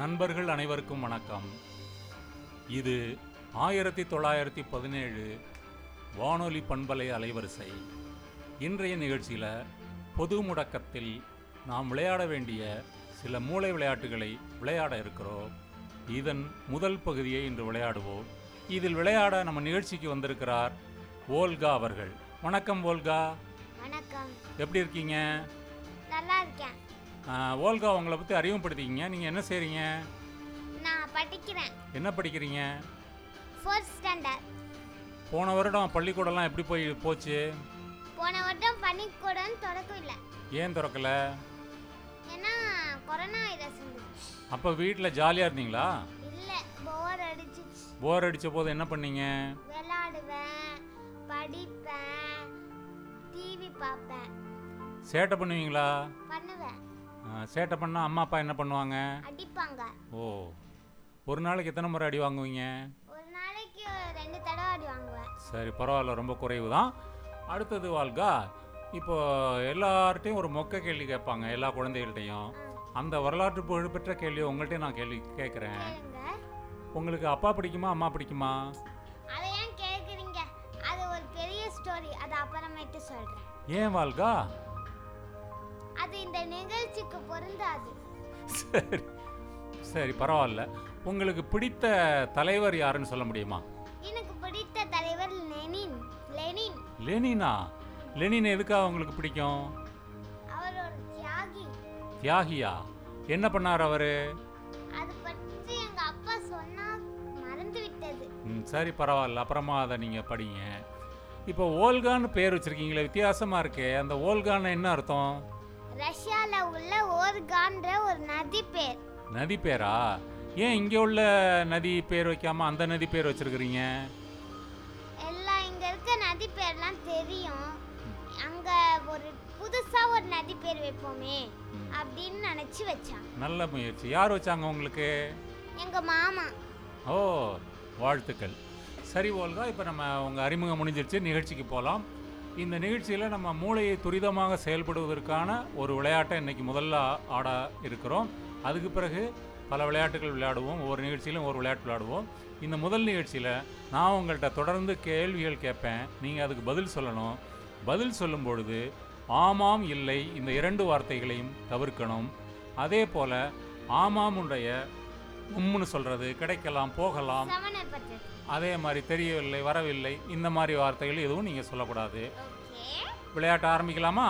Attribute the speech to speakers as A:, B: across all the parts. A: நண்பர்கள் அனைவருக்கும் வணக்கம் இது ஆயிரத்தி தொள்ளாயிரத்தி பதினேழு வானொலி பண்பலை அலைவரிசை இன்றைய நிகழ்ச்சியில் பொது முடக்கத்தில் நாம் விளையாட வேண்டிய சில மூளை விளையாட்டுகளை விளையாட இருக்கிறோம் இதன் முதல் பகுதியை இன்று விளையாடுவோம் இதில் விளையாட நம்ம நிகழ்ச்சிக்கு வந்திருக்கிறார் ஓல்கா அவர்கள் வணக்கம் ஓல்கா
B: வணக்கம்
A: எப்படி இருக்கீங்க
B: நல்லா இருக்கேன்
A: ஆ, ஓல்கா உங்களை பற்றி அறிமுகப்படுத்திக்கிங்க நீங்கள் என்ன செய்கிறீங்க
B: நான் படிக்கிறேன்
A: என்ன படிக்கிறீங்க
B: ஃபோர்த் ஸ்டாண்டர்ட்
A: போன வருடம் பள்ளிக்கூடம்லாம் எப்படி போய் போச்சு
B: போன வருடம் பனிக்கூடம் திறக்கவில்லை
A: ஏன் திறக்கலை
B: ஏன்னா கொரோனா வைரஸ் இருந்துச்சு
A: அப்போ வீட்டில் ஜாலியாக இருந்தீங்களா
B: இல்லை போர் அடிச்சிச்சு
A: போர் அடித்த போது என்ன பண்ணீங்க
B: விளையாடுவேன் படிப்பேன் டிவி பார்ப்பேன்
A: சேட்டை பண்ணுவீங்களா
B: பண்ணுவேன்
A: ஆ, சேட்டை பண்ணால் அம்மா அப்பா என்ன பண்ணுவாங்க
B: அடிப்பாங்க
A: ஓ ஒரு நாளைக்கு எத்தனை முறை அடி வாங்குவீங்க
B: ஒரு நாளைக்கு ரெண்டு தடவை அடி வாங்குவேன்
A: சரி பரவாயில்ல ரொம்ப குறைவு தான் அடுத்தது வாழ்கா இப்போ எல்லார்ட்டையும் ஒரு மொக்க கேள்வி கேட்பாங்க எல்லா குழந்தைகள்கிட்டையும் அந்த வரலாற்று புகழ்பெற்ற கேள்வியை உங்கள்கிட்டயும் நான் கேள்வி கேட்குறேன்
B: கேளுங்க
A: உங்களுக்கு அப்பா பிடிக்குமா அம்மா பிடிக்குமா
B: அதை ஏன் கேட்குறீங்க அது ஒரு பெரிய ஸ்டோரி அதை அப்புறமேட்டு சொல்கிறேன்
A: ஏன் வாழ்கா
B: அது இந்த நிகழ்ச்சிக்கு பொருந்தாது
A: சரி சரி பரவாயில்ல உங்களுக்கு பிடித்த தலைவர் யாருன்னு சொல்ல முடியுமா
B: எனக்கு பிடித்த தலைவர் லெனின் லெனின்
A: லெனினா லெனின் எதுக்காக உங்களுக்கு பிடிக்கும்
B: அவர் ஒரு தியாகி
A: தியாகியா என்ன பண்ணார் அவர்
B: அது பற்றி எங்க அப்பா சொன்னா மறந்து விட்டது
A: சரி பரவாயில்ல அப்புறமா அதை நீங்கள் படிங்க இப்போ ஓல்கான்னு பேர் வச்சுருக்கீங்களே வித்தியாசமாக இருக்கே அந்த ஓல்கான்னு என்ன அர்த்தம்
B: ரஷ்யால உள்ள ஓர்கான்ற ஒரு நதி பேர்
A: நதி பேரா ஏன் இங்கே உள்ள நதி பேர் வைக்காம அந்த நதி பேர் வச்சுருக்கிறீங்க
B: எல்லாம் இங்க இருக்க நதி பேர்லாம் தெரியும் அங்க ஒரு புதுசா ஒரு நதி பேர் வைப்போமே அப்படின்னு நினைச்சு வச்சான்
A: நல்ல முயற்சி யார் வச்சாங்க உங்களுக்கு
B: எங்க மாமா
A: ஓ வாழ்த்துக்கள் சரி ஓல்கா இப்போ நம்ம உங்கள் அறிமுகம் முடிஞ்சிருச்சு நிகழ்ச்சிக்கு போகலாம் இந்த நிகழ்ச்சியில் நம்ம மூளையை துரிதமாக செயல்படுவதற்கான ஒரு விளையாட்டை இன்னைக்கு முதல்ல ஆ- ஆட இருக்கிறோம் அதுக்கு பிறகு பல விளையாட்டுகள் விளையாடுவோம் ஒவ்வொரு நிகழ்ச்சியிலும் ஒரு விளையாட்டு விளையாடுவோம் இந்த முதல் நிகழ்ச்சியில் நான் உங்கள்கிட்ட தொடர்ந்து கேள்விகள் கேட்பேன் நீங்கள் அதுக்கு பதில் சொல்லணும் பதில் சொல்லும் பொழுது ஆமாம் இல்லை இந்த இரண்டு வார்த்தைகளையும் தவிர்க்கணும் அதே போல் ஆமாம் உடைய உம்முன்னு சொல்கிறது கிடைக்கலாம் போகலாம்
B: சமணர் பட்டது
A: அதே மாதிரி தெரியவில்லை வரவில்லை இந்த மாதிரி வார்த்தைகள் எதுவும் நீங்கள் சொல்லக்கூடாது
B: ஓகே
A: விளையாட்டு ஆரம்பிக்கலாமா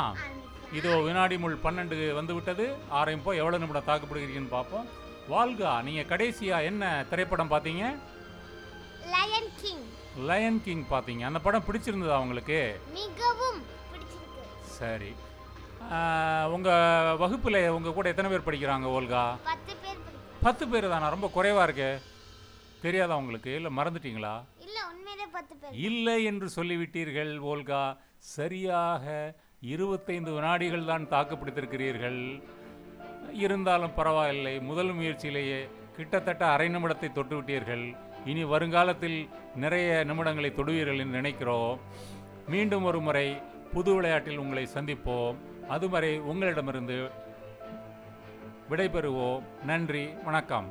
A: இதோ வினாடி முள் பன்னெண்டு வந்து விட்டது ஆரம்பிப்போம் எவ்வளோ நிமிடம் தாக்குப்பிடிக்கிறீங்கன்னு பார்ப்போம் வால்கா நீங்கள் கடைசியாக என்ன திரைப்படம் பார்த்தீங்க
B: லயன் கிங்
A: லயன் கிங் பார்த்தீங்க அந்த படம் பிடிச்சிருந்ததா உங்களுக்கு
B: மிகவும் பிடிச்சிருக்கு
A: சரி உங்கள் வகுப்பில் உங்கள் கூட எத்தனை பேர் படிக்கிறாங்க ஓல்கா
B: பத்து பேர் பிடிக்கும்
A: பத்து பேர் தானா ரொம்ப குறைவாக இருக்கு தெரியாதா உங்களுக்கு இல்லை மறந்துட்டீங்களா
B: இல்ல உண்மையிலே பத்து பேர்
A: இல்லை என்று சொல்லிவிட்டீர்கள் ஓல்கா சரியாக இருபத்தைந்து வினாடிகள் தான் தாக்குப்பிடித்திருக்கிறீர்கள் இருந்தாலும் பரவாயில்லை முதல் முயற்சியிலேயே கிட்டத்தட்ட அரை நிமிடத்தை தொட்டுவிட்டீர்கள் இனி வருங்காலத்தில் நிறைய நிமிடங்களை தொடுவீர்கள் என்று நினைக்கிறோம் மீண்டும் ஒரு முறை புது விளையாட்டில் உங்களை சந்திப்போம் அதுவரை உங்களிடமிருந்து விடைபெறுவோம் நன்றி வணக்கம்